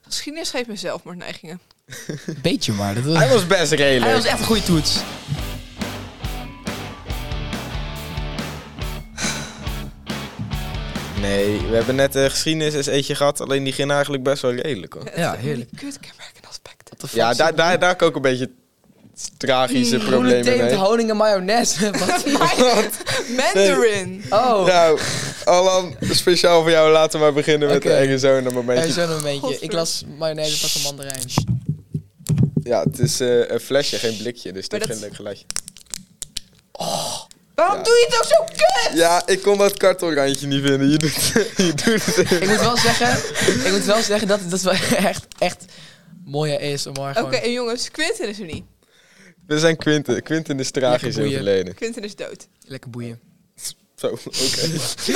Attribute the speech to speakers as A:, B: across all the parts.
A: geschiedenis geeft me zelfmoordneigingen.
B: Beetje maar. Dat
C: Hij was best redelijk.
B: Hij was echt een goede toets.
A: e-
C: Nee, we hebben net een geschiedenis eens eentje gehad, alleen die ging eigenlijk best wel redelijk hoor.
B: Ja, heerlijk.
A: Kut kenmerken aspect.
B: What the fuck?
C: Ja, daar, daar, daar heb ik ook een beetje tragische
B: Groene
C: problemen
B: thee met
C: mee.
B: honing en mayonaise. Wat?
A: Mandarin.
B: Oh,
C: Nou, Alan, speciaal voor jou laten we maar beginnen met
B: Oké.
C: de enge zone
B: er
C: momentje.
B: is zo'n momentje. Ik
A: Godver.
B: las mayonaise pas een mandarijn.
C: Ja, het is eh, een flesje, geen blikje, dus
A: Maar
C: dit is
A: dat-
C: geen leuk geluidje.
A: Waarom doe je het ook zo kut?
C: Ja, ik kon dat kartelrandje niet vinden. Je doet, je doet het.
B: Ik moet wel zeggen, ik moet wel zeggen dat het dat het wel echt, echt mooier is om maar
A: Oké,
B: gewoon...
A: en jongens, Quinten is er niet.
C: We zijn Quinten. Quinten is tragisch
B: Lekker boeien.
C: overleden.
A: Quinten is dood.
B: Lekker boeien.
C: Zo, oké.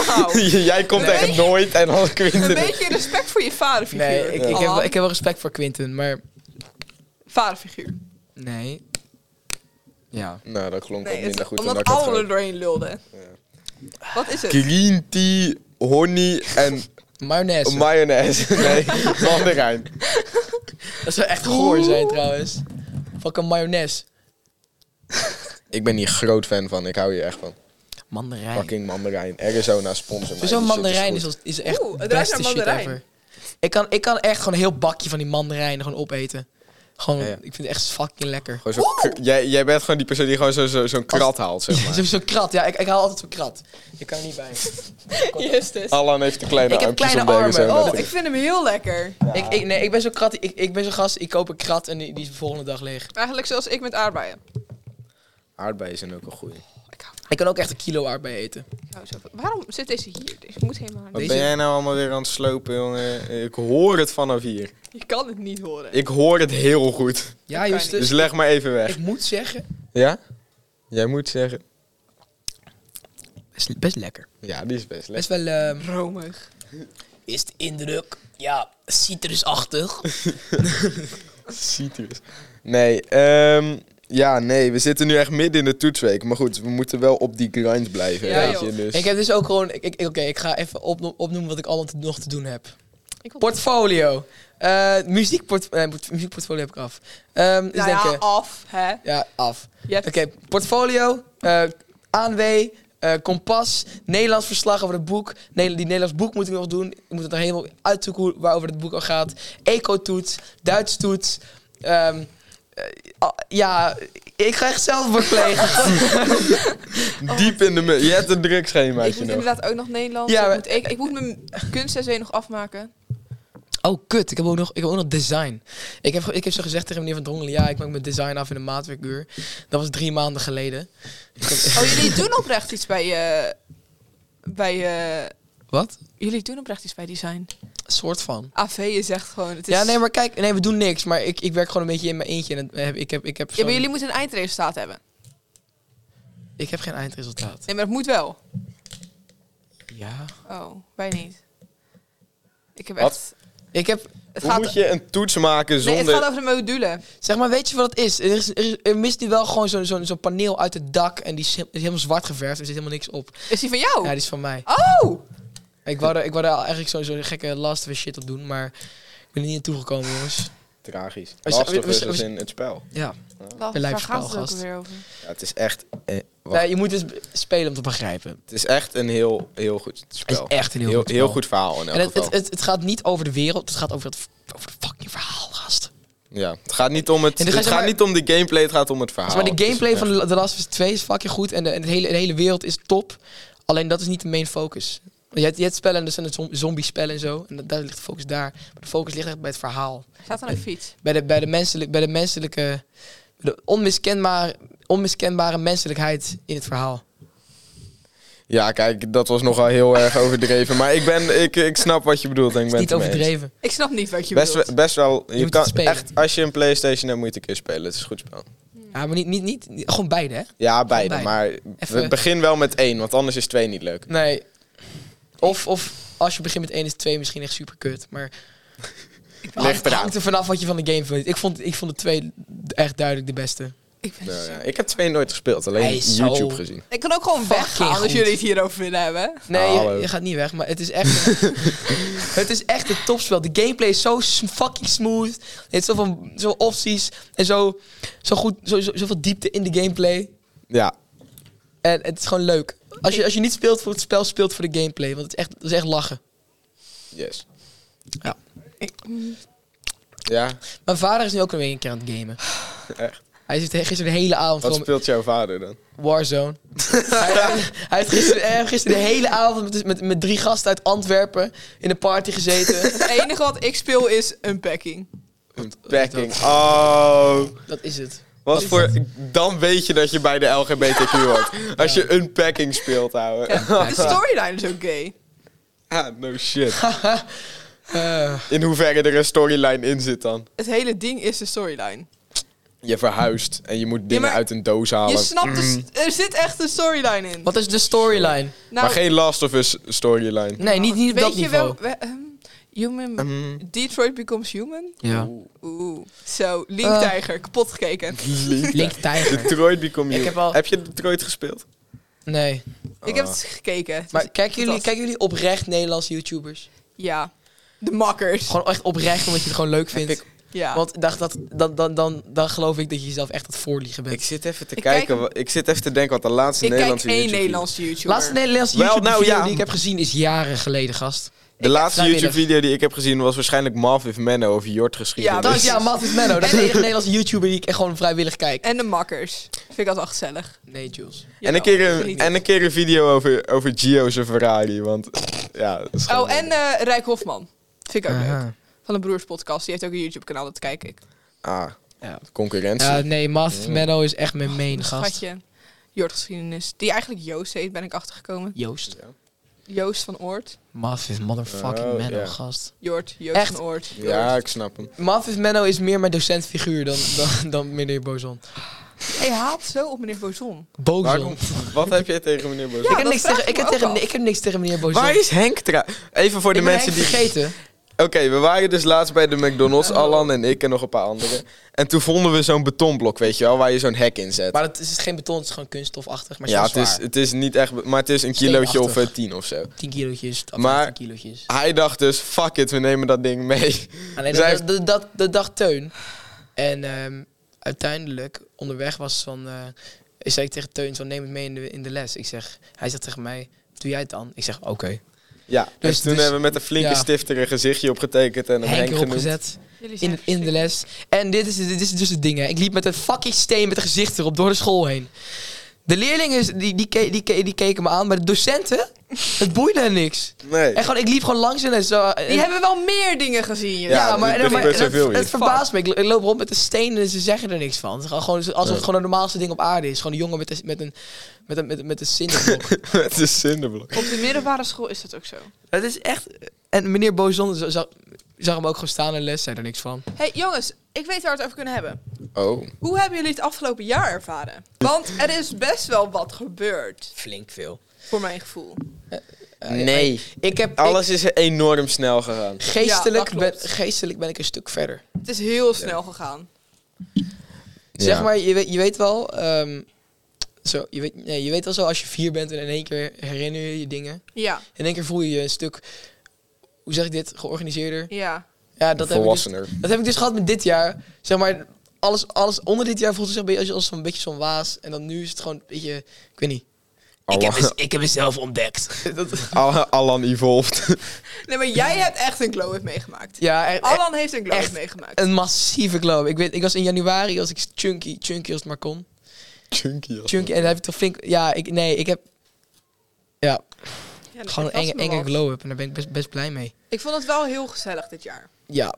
A: Nou,
C: Jij komt
A: Nee.
C: echt nooit en dan
A: een
C: Quinten.
A: beetje respect voor je vaderfiguur.
B: Nee, ik, ik, heb, wel-
A: Alan,
B: ik heb wel respect voor Quinten, maar...
A: Vaderfiguur.
B: Nee. Ja.
C: Nou, dat klonk
A: Nee,
C: al
A: het-
C: minder goed. dan
A: omdat
C: dat ik had
A: alle er
C: gehoopt.
A: doorheen lulden. Wat is het?
C: Green tea, honey en
B: Mayonaise.
C: mayonaise. Nee, mandarijn.
B: dat zou echt goor zijn trouwens. Fucking mayonaise.
C: Ik ben hier groot fan van. Ik hou hier echt van.
B: Mandarijn.
C: Fucking mandarijn. Arizona sponsor mij.
B: Voor zo'n
C: Die shit is
B: mandarijn is,
C: goed.
B: als- is echt
A: Oeh, het
B: het
A: ruikt
B: beste
A: naar
B: shit
A: mandarijn.
B: ever. Ik kan, ik kan echt gewoon een heel bakje van die mandarijnen gewoon opeten. Gewoon,
C: Ja, ja.
B: ik vind het echt fucking lekker.
C: Gewoon zo'n kr- jij, jij bent gewoon die persoon die gewoon zo- zo- zo'n krat haalt, zeg maar.
B: Zo'n zo'n krat, ja, ik, ik haal altijd zo'n krat. Ik kan er niet bij.
A: Yes, dus.
C: Alan heeft de kleine
B: Ik heb
C: armpjes
B: kleine
C: om de Arizona
B: armen.
C: te-
A: Oh, ik vind hem heel lekker.
B: Ik, ik, nee, ik ben zo'n krat, ik, ik ben zo'n gast, ik koop een krat en die, die is de volgende dag leeg.
A: Eigenlijk zoals ik met aardbeien. Oh,
C: Aardbeien zijn ook een goeie.
A: Ik hou,
B: Ik kan ook echt een kilo aardbei eten.
A: ik hou zo van. Waarom zit deze hier? Deze moet helemaal aan.
C: Wat
B: Deze-
C: ben jij nou allemaal weer aan het slopen, jongen? Ik hoor het vanaf hier.
A: Je kan het niet horen.
C: Ik hoor het heel goed.
B: Ja,
A: kan
B: Justus.
C: Dus leg maar even weg.
B: Ik moet zeggen,
C: Ja? Jij moet zeggen...
B: is best lekker.
C: Ja, die is best
B: Best
C: lekker.
B: wel, ehm,
A: Romig.
B: is de indruk, ja, citrusachtig.
C: Citrus. Nee, ehm, ja, nee. We zitten nu echt midden in de toetsweek. Maar goed, we moeten wel op die grind blijven.
A: Ja,
C: weet je,
A: joh.
C: dus.
B: Ik heb dus ook gewoon, ik, ik- oké, ik ga even opno- opnoemen wat ik allemaal te- nog te doen heb.
A: Ik wil-
B: Portfolio. Eh muziekport nee, moet- muziekportfolio heb ik af. Ehm dus
A: nou ja,
B: denken,
A: af, hè.
B: ja, af.
A: Je hebt
B: Oké, portfolio, eh ANW, eh, Kompas, Nederlands verslag over het boek. Ne- die Nederlands boek moet ik nog doen. Ik moet het nog helemaal uitzoeken hoe- waarover het boek al gaat. Eco-toets, Duits toets. ehm, eh, ah, ja, ik ga echt zelf plegen.
C: Diep in de... mu- Je hebt een druk
A: Oh, Ik moet
C: schemaatje nog.
A: inderdaad ook nog Nederlands.
B: Ja,
A: ik,
B: maar-
A: moet, ik, ik moet mijn kunst-SW nog afmaken.
B: Oh, kut. Ik heb ook nog, ik heb ook nog design. Ik heb, ik heb zo gezegd tegen meneer Van Drongelen... ja, ik maak mijn design af in een maatwerkuur. Dat was drie maanden geleden.
A: Oh, jullie doen oprecht iets bij... eh bij eh,
B: Wat?
A: jullie doen oprecht iets bij design.
B: soort van.
A: AV is echt gewoon... Het is,
B: Ja, nee, maar kijk. Nee, we doen niks. Maar ik, ik werk gewoon een beetje in mijn eentje. En het- heb- ik, heb, ik, heb
A: Ja, maar
B: zo'n-
A: jullie moeten een eindresultaat hebben.
B: ik heb geen eindresultaat.
A: Nee, maar dat moet wel.
B: Ja.
A: Oh, wij niet. Ik heb
C: Wat?
A: echt...
B: Ik heb...
A: Het
C: Hoe
A: gaat,
C: moet je een toets maken
A: nee,
C: zonder...
A: het gaat over de module.
B: Zeg maar, weet je wat het is? Er, is, er, is- er mist nu wel gewoon zo'n zo'n zo'n paneel uit het dak. En die is, he- is helemaal zwart geverfd. Er zit helemaal niks op.
A: Is die van jou?
B: Ja, die is van mij.
A: Oh!
B: Ik wou er, ik wou er eigenlijk zo'n zo'n gekke last of Us shit op doen. Maar ik ben er niet naartoe gekomen, jongens.
C: Tragisch.
B: We-
C: Last
B: we-
C: of Us
B: we-
C: is
B: we-
C: in het spel.
B: Ja.
A: Waar
B: Een
A: waar
B: lijp
A: gaat het ook
B: spelgast.
A: weer over?
C: Ja, het is echt... eh, wacht.
B: Nou, je moet dus b- spelen om te begrijpen.
C: Het is echt een heel, heel goed
B: Het
C: spel.
B: is echt een heel,
C: heel,
B: goed spel.
C: heel goed verhaal in elk
B: En het,
C: geval.
B: het, het, het gaat niet over de wereld. Het gaat over, het, over het fucking verhaal, gast.
C: ja, het gaat, niet om, het,
B: En dan
C: het
B: ga je zeg
C: gaat
B: maar-
C: niet om de gameplay, het gaat om het verhaal.
B: Zeg maar
C: Het
B: de
C: Ah, oh, is
B: gameplay
C: echt-
B: van The Last of Us 2 is fucking goed. En de, en de, hele, de hele wereld is top. Alleen dat is niet de main focus. Want Je hebt, je hebt spellen en er zijn het zom- zombie spellen en zo. En dat, daar ligt de focus daar. Maar de focus ligt echt bij het verhaal.
A: Staat
C: Eh,
A: aan een fiets.
B: Bij de, bij de, menselijk, bij de menselijke... De onmiskenbare, onmiskenbare menselijkheid in het verhaal.
C: Ja, kijk, dat was nogal heel erg overdreven. Maar ik, ben, ik, ik snap wat je bedoelt. En
B: Het
C: ik ben
B: is niet
C: het ermee eens.
B: overdreven.
A: Ik snap niet wat je
C: Best,
A: bedoelt.
C: we- best wel. Je,
B: moet het
C: kan
B: spelen.
C: echt, als je een PlayStation hebt, moet je het een keer spelen. Het is een goed spel.
B: Ja, maar niet, niet, niet, gewoon beide, hè?
C: Ja, beide.
B: beide.
C: Maar
B: Even-
C: we begin wel met één, want anders is twee niet leuk.
B: Nee. Of, of als je begint met 1 is 2 misschien echt super kut. Maar
C: Ligt
B: het
C: eraan.
B: hangt er vanaf wat je van de game vindt. Ik vond, ik vond de 2 echt duidelijk de beste.
A: Ik, ben
C: Nou,
A: zo-
C: ja. Ik heb twee nooit gespeeld, alleen
B: Hij is zo-
C: YouTube gezien.
A: ik kan ook gewoon
B: Fucking
A: weggaan
B: goed.
A: als jullie het hierover willen hebben.
B: Nee, je-
C: Hallo.
B: je, gaat niet weg, maar het is echt. het is echt het topspel. De gameplay is zo s- fucking smooth. Er zit zoveel, zoveel opties en zo, zo goed, zo, zo, zoveel diepte in de gameplay.
C: Ja,
B: En het is gewoon leuk. Als je, als je niet speelt voor het spel, speelt voor de gameplay. Want het is echt, het is echt lachen.
C: yes.
B: Ja.
C: Ja,
B: Mijn vader is nu ook weer een keer aan het gamen.
C: Echt?
B: Hij zit gisteren de hele avond
C: wat
B: gewoon
C: speelt jouw vader dan?
B: Warzone. hij, hij heeft gisteren, hij heeft gisteren de hele avond met, met, met drie gasten uit Antwerpen in een party gezeten.
A: Het enige wat ik speel is unpacking.
C: Een packing. Oh,
B: Dat is het.
C: wat voor... Dan weet je dat je bij de LGBTQ hoort. Als je een packing speelt, ouwe.
A: De storyline is ook gay.
C: Ah, no shit.
B: Eh,
C: In hoeverre er een storyline in zit dan.
A: Het hele ding is de storyline.
C: Je verhuist en je moet dingen
A: maar-
C: uit een doos halen.
A: Je snapt, de s- er zit echt een storyline in.
B: wat is de storyline?
A: Nou,
C: maar geen Last of Us storyline.
B: Nee, niet, niet op
A: weet
B: dat
A: je
B: niveau. Ehm.
A: wel... we- ehm, human...
C: Mm.
A: Detroit Becomes Human?
B: Ja.
A: Oeh. Zo, Link
B: Eh.
A: Tiger, kapot gekeken.
B: Link Tiger.
C: Detroit Become
B: Ik
C: Human.
B: heb al-
C: heb je Detroit gespeeld?
B: Nee.
A: Ik heb het gekeken. Het
B: Eh. Maar
A: was
B: kijken jullie,
A: fantastisch.
B: kijken jullie oprecht Nederlandse YouTubers?
A: Ja. De makkers.
B: Gewoon echt oprecht, omdat je het gewoon leuk vindt.
A: Ja.
B: Want dacht dat, dan, dan, dan, dan geloof ik dat je jezelf echt aan het voorliegen bent.
C: Ik zit even te
A: Ik
C: kijken.
A: kijk-
C: wa- Ik zit even te denken wat de laatste
A: ik kijk
C: Nederlandse
A: één
C: YouTube
A: Nederlandse YouTuber.
B: De laatste Nederlandse
C: Wel,
B: YouTube
C: nou,
B: video
C: ja.
B: die ik heb gezien is jaren geleden, gast.
C: De laatste
B: vrijwillig.
C: YouTube-video die ik heb gezien was waarschijnlijk Marv with Menno over Jort geschiedenis.
B: Dat is,
A: precies.
B: ja, Matthijs Menno. Dat is de enige Nederlandse YouTuber die ik echt gewoon vrijwillig kijk.
A: En de makkers. Vind ik altijd wel gezellig.
B: Nee, Jules.
C: en, een
A: Jawel,
C: keer een,
A: geniet.
C: en een keer een video over, over Gio's en Ferrari, want ja... dat is gewoon-
A: Oh, en eh Rijk Hofman. Vind ik ook leuk.
B: Aha.
A: Van de Broers Podcast. Die heeft ook een YouTube kanaal, dat kijk ik. Oh.
C: Ah,
B: Ja.
C: concurrentie.
B: Ja, nee, Matthijs Menno is echt mijn main
A: Een
B: gast.
A: Oh, schatje. Jort geschiedenis. Die eigenlijk Joost heet, ben ik achtergekomen.
B: Joost.
A: Joost van Oort.
B: Matthijs motherfucking
C: Oh,
B: Menno,
C: ja.
B: gast.
A: Jort, Joost
B: Echt?
A: van Oort. Jort.
C: ja, ik snap hem.
B: Matthijs Menno is meer mijn docentfiguur dan, dan, dan meneer Bozon.
A: Hij haat zo op meneer Bozon.
B: Bozon.
C: Waarom, wat heb jij tegen meneer Bozon?
A: Ja,
B: ik, heb
A: dat
B: niks
A: vraag
B: tegen,
A: ik
B: ik, heb
A: me ook
B: tegen,
A: af.
B: ik heb niks tegen meneer Bozon.
C: Waar is Henk tra- Even voor de
B: Ik ben
C: mensen die...
B: eigenlijk vergeten.
C: Oké, we waren dus laatst bij de McDonald's, Alan en ik en nog een paar anderen. En toen vonden we zo'n betonblok, weet je wel, waar je zo'n hek in zet.
B: Maar het is geen beton, het is gewoon kunststofachtig. Maar
C: ja,
B: het
C: het is, het is niet echt, maar het is een kilootje of eh,
B: Steenachtig.
C: tien of zo.
B: 10 kilootjes, of
C: Maar-
B: 15 kilootjes.
C: Hij dacht dus, fuck it, we nemen dat ding mee.
B: Alleen
C: Zij-
B: dat, dat, dat, dat dacht Teun. En ehm, uiteindelijk, onderweg was van... eh, ik zei tegen Teun, zo neem het mee in de, in de les. Ik zeg, hij zegt tegen mij, doe jij het dan? Ik zeg, oké.
C: Ja, dus,
B: Dus-
C: toen
B: dus-
C: hebben we met een flinke
B: ja.
C: stifter een gezichtje opgetekend en hem
B: Henk
C: Henk
B: erop
C: genoemd.
B: gezet in, in de les. En dit is, dit is dus het ding, hè. Ik liep met een fucking steen met een gezicht erop door de school heen. De leerlingen die, die, ke- die, ke- die keken me aan, maar de docenten, het boeide hen niks.
C: Nee.
B: En gewoon, ik liep gewoon langs en zo. eh, en-
A: Die hebben wel meer dingen gezien, joh.
C: Ja,
B: Ja,
C: er-
B: maar,
C: er
B: maar-
C: gebeurt
B: het-
C: zoveel
B: het,
C: hier.
B: verbaast me. Ik lo- Ik loop rond met een steen en ze zeggen er niks van. Het is gewoon alsof het gewoon het normaalste ding op aarde is. Gewoon een jongen met een, met een, met een, met een, met een zinneblok.
C: het is zinderblok.
A: Op de middelbare school is dat ook zo.
B: het is echt... En meneer Bozon za- za- zag hem ook gewoon staan in les, zei er niks van.
A: hey, jongens, ik weet waar we het over kunnen hebben.
C: Oh.
A: Hoe hebben jullie het afgelopen jaar ervaren? Want er is best wel wat gebeurd,
B: Flink veel. Eh,
A: voor mijn gevoel.
C: Nee.
B: Ik heb... ik-
C: Alles is enorm snel gegaan.
B: geestelijk,
A: Ja, dat
B: ben,
A: klopt.
B: geestelijk ben ik een stuk verder.
A: Het is heel snel gegaan.
B: Zeg maar, je weet, je weet wel... ehm, zo, je, weet, nee, je weet wel zo, als je vier bent en in één keer herinner je je dingen.
A: Ja,
B: In één keer voel je je een stuk... Hoe zeg ik dit? Georganiseerder.
A: ja.
B: Ja, dat heb ik dus
C: Volwassener.
B: Dat heb ik dus gehad met dit jaar. Zeg maar, alles, alles onder dit jaar voelt zich een beetje als- als zo'n beetje zo'n waas. En dan nu is het gewoon een beetje, ik weet niet.
C: Alan,
B: ik heb mezelf ontdekt. Dat-
C: Alan, Alan evolved.
A: Nee, maar jij hebt echt een glow-up meegemaakt.
B: ja, e- e-
A: Alan heeft een glow-up
B: echt.
A: meegemaakt.
B: een massieve glow. Ik, weet, ik was in januari, was ik chunky, chunky als het maar kon.
C: Chunky. als-
B: Chunky, en dan heb ik toch flink, ja, ik, nee, ik heb ja,
A: Ja, dat
B: gewoon een
A: verrast
B: enge,
A: me
B: enge
A: wat.
B: glow-up. En daar ben ik best, best blij mee.
A: Ik vond het wel heel gezellig dit jaar.
B: Ja,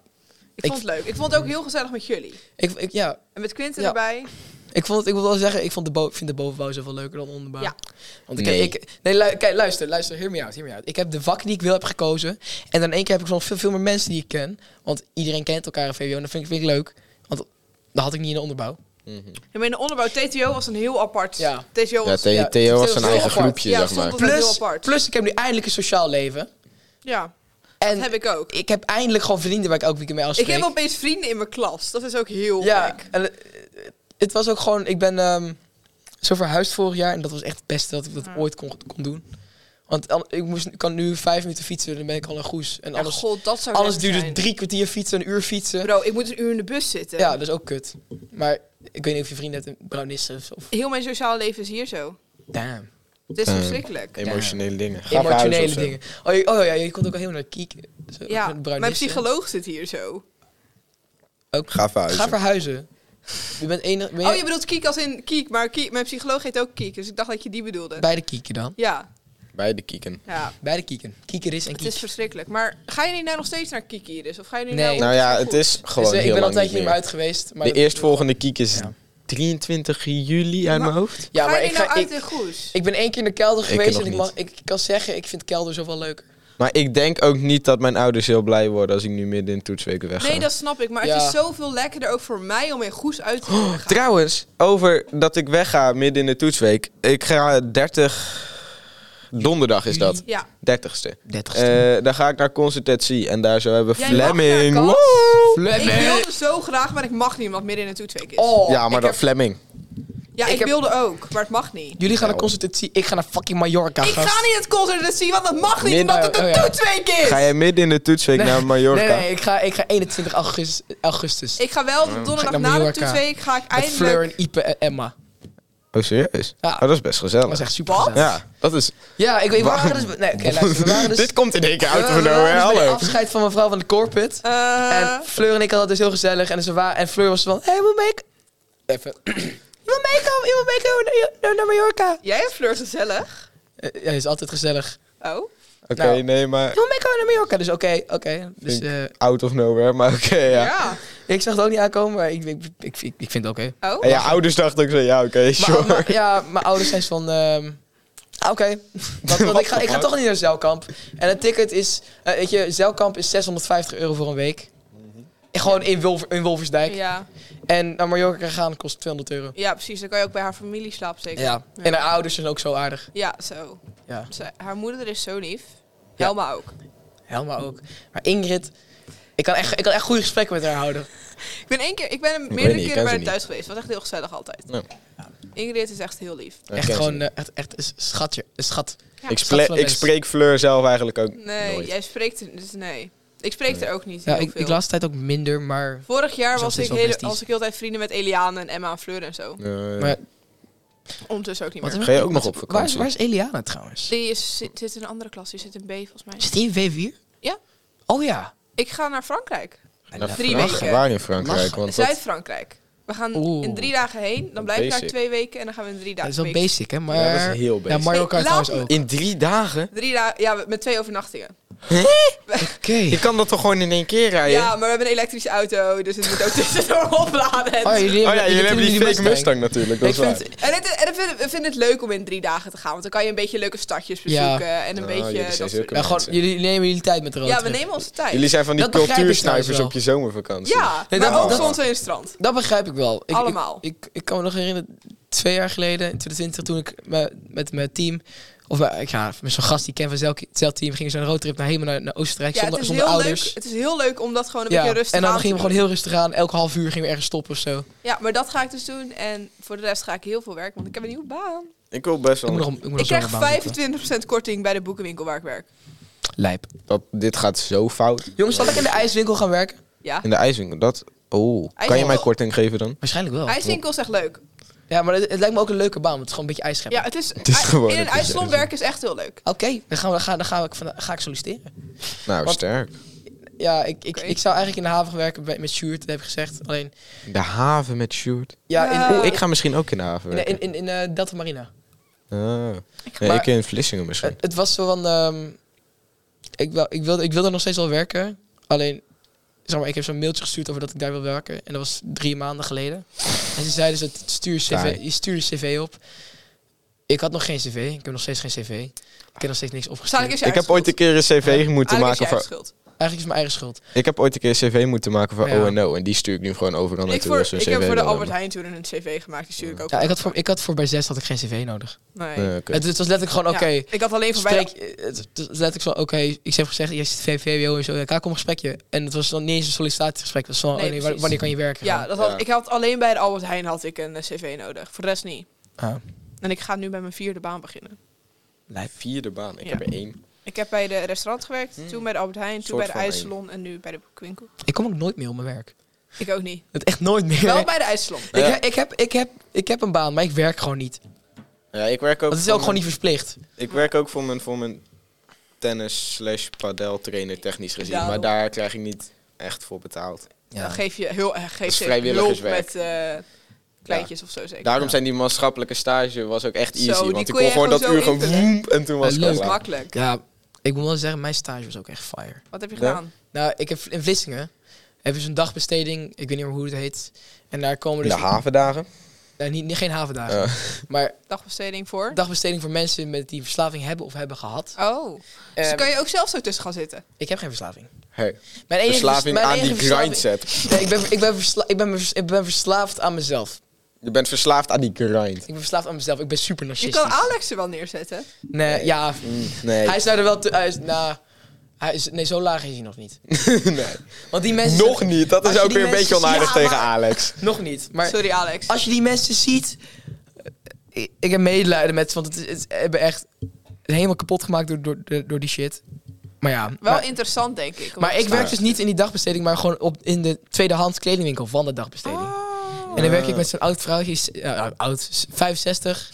A: Ik,
B: Ik-
A: vond het leuk. Ik vond het ook heel gezellig met jullie.
B: ik, ik, ja,
A: En met Quinten
B: Ja.
A: erbij.
B: Ik, vond het, ik wil wel zeggen, ik vond de bo- vind de bovenbouw zoveel leuker dan de onderbouw.
A: Ja.
B: Want ik,
C: Nee.
B: ik, nee lu- kijk, luister, luister, hear me out, hear me out. Ik heb de vak die ik wil heb gekozen. En dan in één keer heb ik gewoon veel, veel meer mensen die ik ken. Want iedereen kent elkaar in VWO en dat vind ik, vind ik leuk. Want dat had ik niet in de onderbouw.
C: Mhm.
A: Ja, maar in de onderbouw, TTO was een heel apart...
B: Ja.
A: TTO was... Ja,
B: ja,
C: Theo
B: het is heel apart.
A: Ja, stond op- Dat is heel
B: Plus,
A: apart.
B: plus ik heb nu eindelijk een sociaal leven.
A: dat
B: En
A: heb ik ook.
B: ik heb eindelijk gewoon vrienden waar ik elk weekend mee
A: Ik
B: afspreek.
A: heb opeens vrienden in mijn klas. Dat is ook heel
B: ja,
A: gek.
B: en, eh, het was ook gewoon, ik ben ehm, zo verhuisd vorig jaar en dat was echt het beste dat ik dat ooit kon, kon doen. Want al- ik moest, ik kan nu vijf minuten fietsen, dan ben ik al een goes. En
A: Ja,
B: alles,
A: god, dat zou
B: alles
A: lekker
B: duurde
A: zijn. eh.
B: drie kwartier fietsen, een uur fietsen.
A: Bro, ik moet een uur in de bus zitten.
B: Ja, dat is ook kut. Maar ik weet niet of je vrienden hebt in Bruinissen of- of...
A: Heel mijn sociale leven is hier zo.
B: Damn.
A: Het is
C: Eh.
A: verschrikkelijk.
C: Emotionele dingen. Ga verhuizen of
B: Emotionele
C: zo.
B: dingen. Oh, je, oh ja, je komt ook al heel naar Kiek. Zo,
A: Ja,
B: met Bruinissen.
A: mijn psycholoog zit hier zo.
B: Ook.
C: Ga verhuizen.
B: Ga verhuizen. Je bent één. ben
A: Oh,
B: jij
A: je bedoelt kiek als in kiek, maar kiek, mijn psycholoog heet ook kiek, dus ik dacht dat je die bedoelde.
B: Bij de kieken dan.
A: Ja,
C: Bij de kieken.
A: ja.
B: Bij de kieken. Kieker is en
A: Het
B: kiek.
A: is verschrikkelijk. Maar ga je nu nou nog steeds naar kiek hier dus? Of ga je nu
B: Nee.
A: nou...
C: Nou ja, het is
B: Dus,
C: gewoon
B: eh, ik
C: heel
B: ben
C: lang
B: altijd
C: niet
B: hier
C: meer.
B: uit geweest. Maar
C: De eerstvolgende kiek is
B: Ja.
C: 23 juli uit mijn hoofd.
B: Ja,
A: ga
B: maar
A: je
B: ik,
A: nou
B: ga,
A: uit
B: ik,
A: in Goes?
B: ik ben één keer naar Kelder
C: Ik
B: geweest
C: nog
B: en ik,
C: niet.
B: mag, ik kan zeggen, ik vind Kelder zoveel leuker.
C: Maar ik denk ook niet dat mijn ouders heel blij worden als ik nu midden in toetsweken wegga.
A: Nee, dat snap ik. Maar het
B: Ja. Oh,
A: is zoveel lekkerder ook voor mij om in Goes uit te willen gaan.
C: Trouwens, over dat ik wegga midden in de toetsweek. Ik ga 30... Donderdag is dat.
A: Ja.
C: 30ste.
B: 30
C: Eh dan ga ik naar Concertatie en daar zo hebben we
A: Jij
C: Flemming.
A: mag naar Cas.
C: Woe!
A: Ik wilde zo graag, maar ik mag niet, omdat midden in de toetweek is.
B: Oh,
C: Ja, maar
B: ik
C: dat
B: heb-
C: Flemming.
A: ja,
B: ik
A: ik,
B: heb-
A: wilde ook, maar het mag niet.
B: Jullie gaan naar
C: Ja.
B: Constitutie, ik ga naar fucking Mallorca.
A: ik
B: gast.
A: ga niet het concert zien, want dat mag niet,
C: Midden-
A: omdat het een
B: oh, ja.
A: toetweek is!
C: Ga jij midden in de toetsweek naar Mallorca?
B: Nee, nee, ik ga, ik ga 21 augustus. augustus.
A: Ik ga wel op
B: Ga ik
A: donderdag
B: naar
A: na de
B: Mallorca.
A: toetweek, ga ik
B: met Fleur
A: eindelijk...
B: en Ipe en Emma.
C: Oh, serieus?
B: Ja.
C: Oh, dat is best gezellig.
B: Dat was echt super gezellig.
C: Ja, dat is...
B: Ja, ik weet waar. waren dus... Nee, oké, luister, we waren dus...
C: Dit komt in één keer
B: we
C: uit
B: waren-
C: van
B: we
C: nowhere,
B: waren dus bij de
C: hallo.
B: afscheid van mevrouw van de Corput.
A: Eh,
B: En Fleur en ik hadden het dus heel gezellig. En, ze waren, en Fleur was van, hey, we'll make... Even. we'll make home, we'll make home naar, naar, naar Mallorca.
A: jij hebt Fleur gezellig.
B: Eh, ja, is altijd gezellig.
A: Oh.
C: Oké,
B: Nou.
C: nee, maar...
B: We'll make home naar Mallorca. Dus oké, oké. Dus eh,
C: Out of nowhere, maar oké, ja.
A: Ja.
B: ik zag het ook niet aankomen, maar ik, ik, ik, ik, ik vind het oké.
A: Oh.
C: En je ouders dachten ook zo, ja, oké,
B: Maar-
C: sure.
B: maar- ja, mijn ouders zijn van, ehm, ah, oké. Want, want ik, ga, ik ga toch niet naar Zeilkamp. En het ticket is, eh, weet je, Zeilkamp is 650 euro voor een week. Mhm. Gewoon in, Wolver, in Wolversdijk.
A: Ja.
B: En naar Mallorca gaan kost 200 euro.
A: ja, precies. Dan kan je ook bij haar familie slapen zeker.
B: Ja. En haar ouders zijn ook zo aardig.
A: Ja, zo.
B: Ja.
A: Ze- haar moeder is zo lief. Helma ook.
B: Helma ook. Maar Ingrid, ik kan echt, ik kan echt goede gesprekken met haar houden.
A: Ik ben, één keer, ik ben
C: weet
A: meerdere
C: niet, ik ken
A: keren bij
C: ze
A: haar
C: niet.
A: thuis geweest. Het was echt heel gezellig altijd.
C: Ja.
A: Ingrid is echt heel lief.
C: Ja,
B: echt
C: ken ze
B: gewoon,
C: niet.
B: eh, echt, echt een schatje. Een schat.
C: ik,
B: schat
C: spre-
B: van een
C: ik
B: mens.
C: spreek Fleur zelf eigenlijk ook
A: Nee,
C: nooit.
A: jij spreekt er dus nee. Ik spreek er ook niet
B: Ja,
A: heel
B: ik,
A: veel.
B: ik las de tijd ook minder, maar...
A: Vorig jaar
B: Dus
A: was
B: dat is
A: ik,
B: wel
A: hele,
B: besties.
A: was ik heel de tijd vrienden met Eliane en Emma en Fleur en zo.
C: Nee.
B: maar
A: Ondertussen ook niet meer.
B: is-
C: Ga je ook nog op
B: waar, is,
C: vakantie?
B: waar is Eliana trouwens?
A: Die is, zit, zit in een andere klas. Die zit in B volgens mij.
B: Zit die in V4?
A: Ja.
B: Oh ja.
A: Ik ga naar Frankrijk.
C: Nou,
A: drie
C: Frank-
A: weken.
C: Waar in Frankrijk?
B: Lachen.
C: Want dat-
A: Zuid-Frankrijk. We gaan
B: Oeh.
A: in drie dagen heen. Dan blijf ik daar
C: Basic.
A: twee weken en dan gaan we in drie
B: Dat
A: dagen.
B: is wel
A: week-
B: basic, hè? Maar...
C: Ja, dat is heel
B: Ja,
C: basic.
B: Mario Kart
A: Hey, laat
B: trouwens ook.
C: in drie dagen?
A: Drie dagen, ja, met twee overnachtingen.
B: Oké.
C: Je kan dat toch gewoon in één keer
B: Ah,
C: rijden? Oh
A: Ja, maar we hebben een elektrische auto, dus het moet ook tussendoor opladen. En,
B: Oh, jullie
C: oh ja, jullie hebben die fake Mustang natuurlijk, dat
B: Ik
C: is waar.
B: vind...
A: het, en ik vind, ik vind het leuk om in drie dagen te gaan, want dan kan je een beetje leuke stadjes
B: Ja.
A: bezoeken en een
C: Oh, jullie
A: beetje...
C: zijn
A: Dat
C: zulke
A: soort-
B: Ja, gewoon,
C: mensen.
B: jullie nemen jullie tijd met de
A: ja,
B: roadtrip.
A: we nemen onze tijd.
C: Jullie zijn van die
B: Dat begrijp ik trouwens
C: cultuursnuivers
B: wel.
C: op je zomervakantie.
A: Ja,
B: Nee,
A: maar
B: dat-
A: ook
B: dat-
A: soms in het strand.
B: Dat begrijp ik wel. Ik,
A: Allemaal.
B: Ik, ik, ik kan me nog herinneren, twee jaar geleden, in 2020, toen ik me- met mijn team, of mijn- ik ga met zo'n gast die ik ken van zelf- hetzelfde team, gingen we zo'n roadtrip naar helemaal naar, naar Oostenrijk
A: Ja, het
B: zonder,
A: is,
B: zonder
A: heel leuk,
B: ouders.
A: het is heel leuk om dat gewoon een
B: ja,
A: beetje rustig
B: en dan
A: aan te
B: gingen we
A: doen.
B: gewoon heel rustig aan. Elke half uur gingen we ergens stoppen of zo.
A: Ja, maar dat ga ik dus doen en voor de rest ga ik heel veel werken, want ik heb een nieuwe baan.
C: Ik wil best
B: Ik moet nog,
C: wel...
B: ik moet nog
A: Ik
B: zo
A: krijg
B: naar Baan zoeken.
A: 25% korting bij de boekenwinkel waar ik werk.
B: Lijp.
C: Dat, dit gaat zo fout.
B: Jongens, zal ik in de ijswinkel gaan werken?
A: Ja.
C: In de ijswinkel, dat... Oh, kan je
A: IJswinkel.
C: mij korting geven dan?
B: Waarschijnlijk wel.
A: IJswinkel is echt leuk.
B: Ja, maar het, het lijkt me ook een leuke baan, want het is gewoon een beetje ijs scheppen.
A: Ja, het is,
C: is
A: ui-
C: gewoon
A: in een
C: het is
A: ijssalon
C: echt zo.
A: werken is echt heel leuk.
B: Oké, dan, gaan we, dan, ga, dan ga, ik van, ga ik solliciteren.
C: Nou,
B: Wat-
C: sterk.
B: Ja, ik, ik,
A: Oké.
B: ik zou eigenlijk in de haven gaan werken bij- met Sjoerd, dat heb ik gezegd. Alleen,
C: De haven met Sjoerd.
B: ja, in,
A: Ja.
C: Oeh, ik ga misschien ook in de haven
B: in,
C: werken.
B: in, in, in eh, Delta Marina.
C: Ah.
A: ga-
C: Nee,
B: Maar-
C: ik in Vlissingen misschien.
B: Het, het was zo van... ehm, ik, wil, ik, wilde, ik wilde nog steeds wel werken. Alleen, zeg maar, ik heb zo'n mailtje gestuurd over dat ik daar wil werken. En dat was drie maanden geleden. En ze zeiden dus, dat stuur CV,
C: Saai.
B: je stuur je cv op. Ik had nog geen cv. Ik heb nog steeds geen cv. Ik heb nog steeds niks
A: Waarschijnlijk
B: opgestuurd.
A: is je
C: Ik
A: eigen
C: heb ooit een
A: schuld.
C: keer een cv
A: Eigenlijk
C: moeten
A: is je
C: maken
A: eigen
C: voor... Oh,
A: schuld.
B: Eigenlijk is het mijn eigen schuld.
C: Ik heb ooit een keer een cv moeten maken voor
B: Ja.
C: O&O. En die stuur ik nu gewoon overal
A: Ik,
C: naartoe.
A: voor,
C: als een
A: ik
C: CV
A: heb voor de
C: wil
A: Albert
C: hebben.
A: Heijn toen een cv gemaakt. Die stuur ik ook.
B: Ja, ik, had voor, ik had voor bij zes had ik geen cv nodig.
A: Nee.
C: Nee, Eh, oké.
B: Het, het was letterlijk gewoon,
A: Ja,
B: oké,
A: ik had alleen voor bij...
B: spreek, het, het was letterlijk zo, oké, ik heb gezegd, je zit VVWO en zo, ja, kom een gesprekje. En het was dan niet eens een sollicitatiegesprek, het was van,
A: Nee,
B: oh nee, wa-
A: precies.
B: wanneer kan je werken?
A: Ja, dat had,
C: Ja.
A: ik had alleen bij de Albert Heijn had ik een eh, cv nodig. Voor de rest niet.
B: Ah,
A: En ik ga nu bij mijn vierde baan beginnen.
B: lijp.
C: Vierde baan. Ik
A: Ja.
C: heb er één.
A: Ik heb bij de restaurant gewerkt, toen bij de Albert Heijn, toen
C: Hmm. Soort
A: bij de
C: van één.
A: ijssalon en nu bij de boekwinkel.
B: Ik kom ook nooit meer op mijn werk.
A: Ik ook niet.
B: Het echt nooit meer.
A: Wel bij de ijssalon.
B: Ik,
C: Ja.
B: he- ik, heb, ik, heb, ik heb een baan, maar ik werk gewoon niet.
C: Ja, ik werk ook,
B: Dat is
C: voor
B: ook gewoon
C: mijn-
B: niet verplicht.
C: Ik werk ook voor mijn, voor mijn tennis slash padel trainer technisch gezien.
A: Daarom.
C: Maar daar krijg ik niet echt voor betaald.
A: Dan geef je heel eh, geef
C: is
A: ze hulp
C: vrijwilligerswerk.
A: met eh, kleintjes of zo zeker.
C: Daarom
B: Ja.
C: zijn die maatschappelijke stage was ook echt
A: Zo,
C: easy.
A: die
C: want
A: kon
C: ik kon
A: je
C: gewoon
A: gewoon
C: dat
A: zo
C: uur gewoon
A: invullen.
C: woem en toen was
B: Ja, leuk.
C: het
A: Dat is
C: klaar.
A: makkelijk.
B: Ja, ik moet wel zeggen, mijn stage was ook echt fire.
A: Wat heb je
C: Ja.
A: gedaan?
B: Nou, ik heb in Vlissingen heb je zo'n dagbesteding, ik weet niet meer hoe het heet. En daar komen
C: De
B: dus...
C: havendagen.
B: Nou, niet, niet- geen havendagen.
C: Eh.
B: Maar
A: Dagbesteding voor?
B: dagbesteding voor mensen met die verslaving hebben of hebben gehad.
A: Oh,
C: Eh,
A: dus
B: Ehm,
A: dan kan je ook zelf zo tussen gaan zitten.
B: Ik heb geen verslaving.
C: Hey,
B: Mijn enige
C: verslaving
B: vers-
C: aan
B: mijn
C: die
B: enige verslaving-
C: grindset.
B: Nee, ik ben, ik, ben versla- ik, ben vers- ik ben verslaafd aan mezelf.
C: Je bent verslaafd aan die grind.
B: Ik ben verslaafd aan mezelf. Ik ben super
A: Je
B: narcistisch.
A: kan Alex er wel neerzetten.
B: Nee, ja.
C: Mm, Nee.
B: Hij is nou er wel... te- hij is, nou, hij is, nee, zo laag is hij nog niet.
C: nee.
B: Want die mensen...
C: Nog niet. Dat
B: Als
C: is
B: je
C: ook
B: die
C: weer een beetje
B: mensen-
C: onaardig
B: Ja,
C: tegen
B: maar-
C: Alex.
B: Nog niet. Maar
A: Sorry Alex.
B: als je die mensen ziet... eh, Ik, ik heb medelijden met ze, want het, is- het, hebben echt helemaal kapot gemaakt door, door, door- door die shit. Maar ja.
A: Wel
B: maar,
A: interessant denk ik. om
B: maar
A: te
B: ik werk
C: Ja.
B: dus niet in die dagbesteding, maar gewoon op, in de tweedehands kledingwinkel van de dagbesteding.
A: Oh.
B: En dan werk ik met zo'n oud vrouwtje, s- ja, nou, oud, s- 65.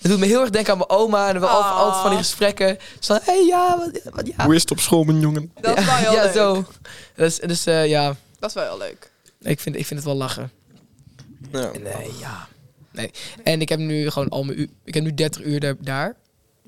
B: Het doet me heel erg denken aan mijn oma. En dan wel altijd,
A: Ah.
B: altijd van die gesprekken. Zo van, hey, ja, wat, wat ja.
C: Hoe is het op school, mijn jongen?
A: Dat is wel Oh, heel
B: ja,
A: leuk.
B: zo. Dus, dus eh, ja,
A: Dat is wel heel leuk.
B: ik vind, ik vind het wel lachen.
C: Ja.
B: Nee, ja. Nee. En ik heb nu gewoon al mijn u- Ik heb nu 30 uur daar. daar.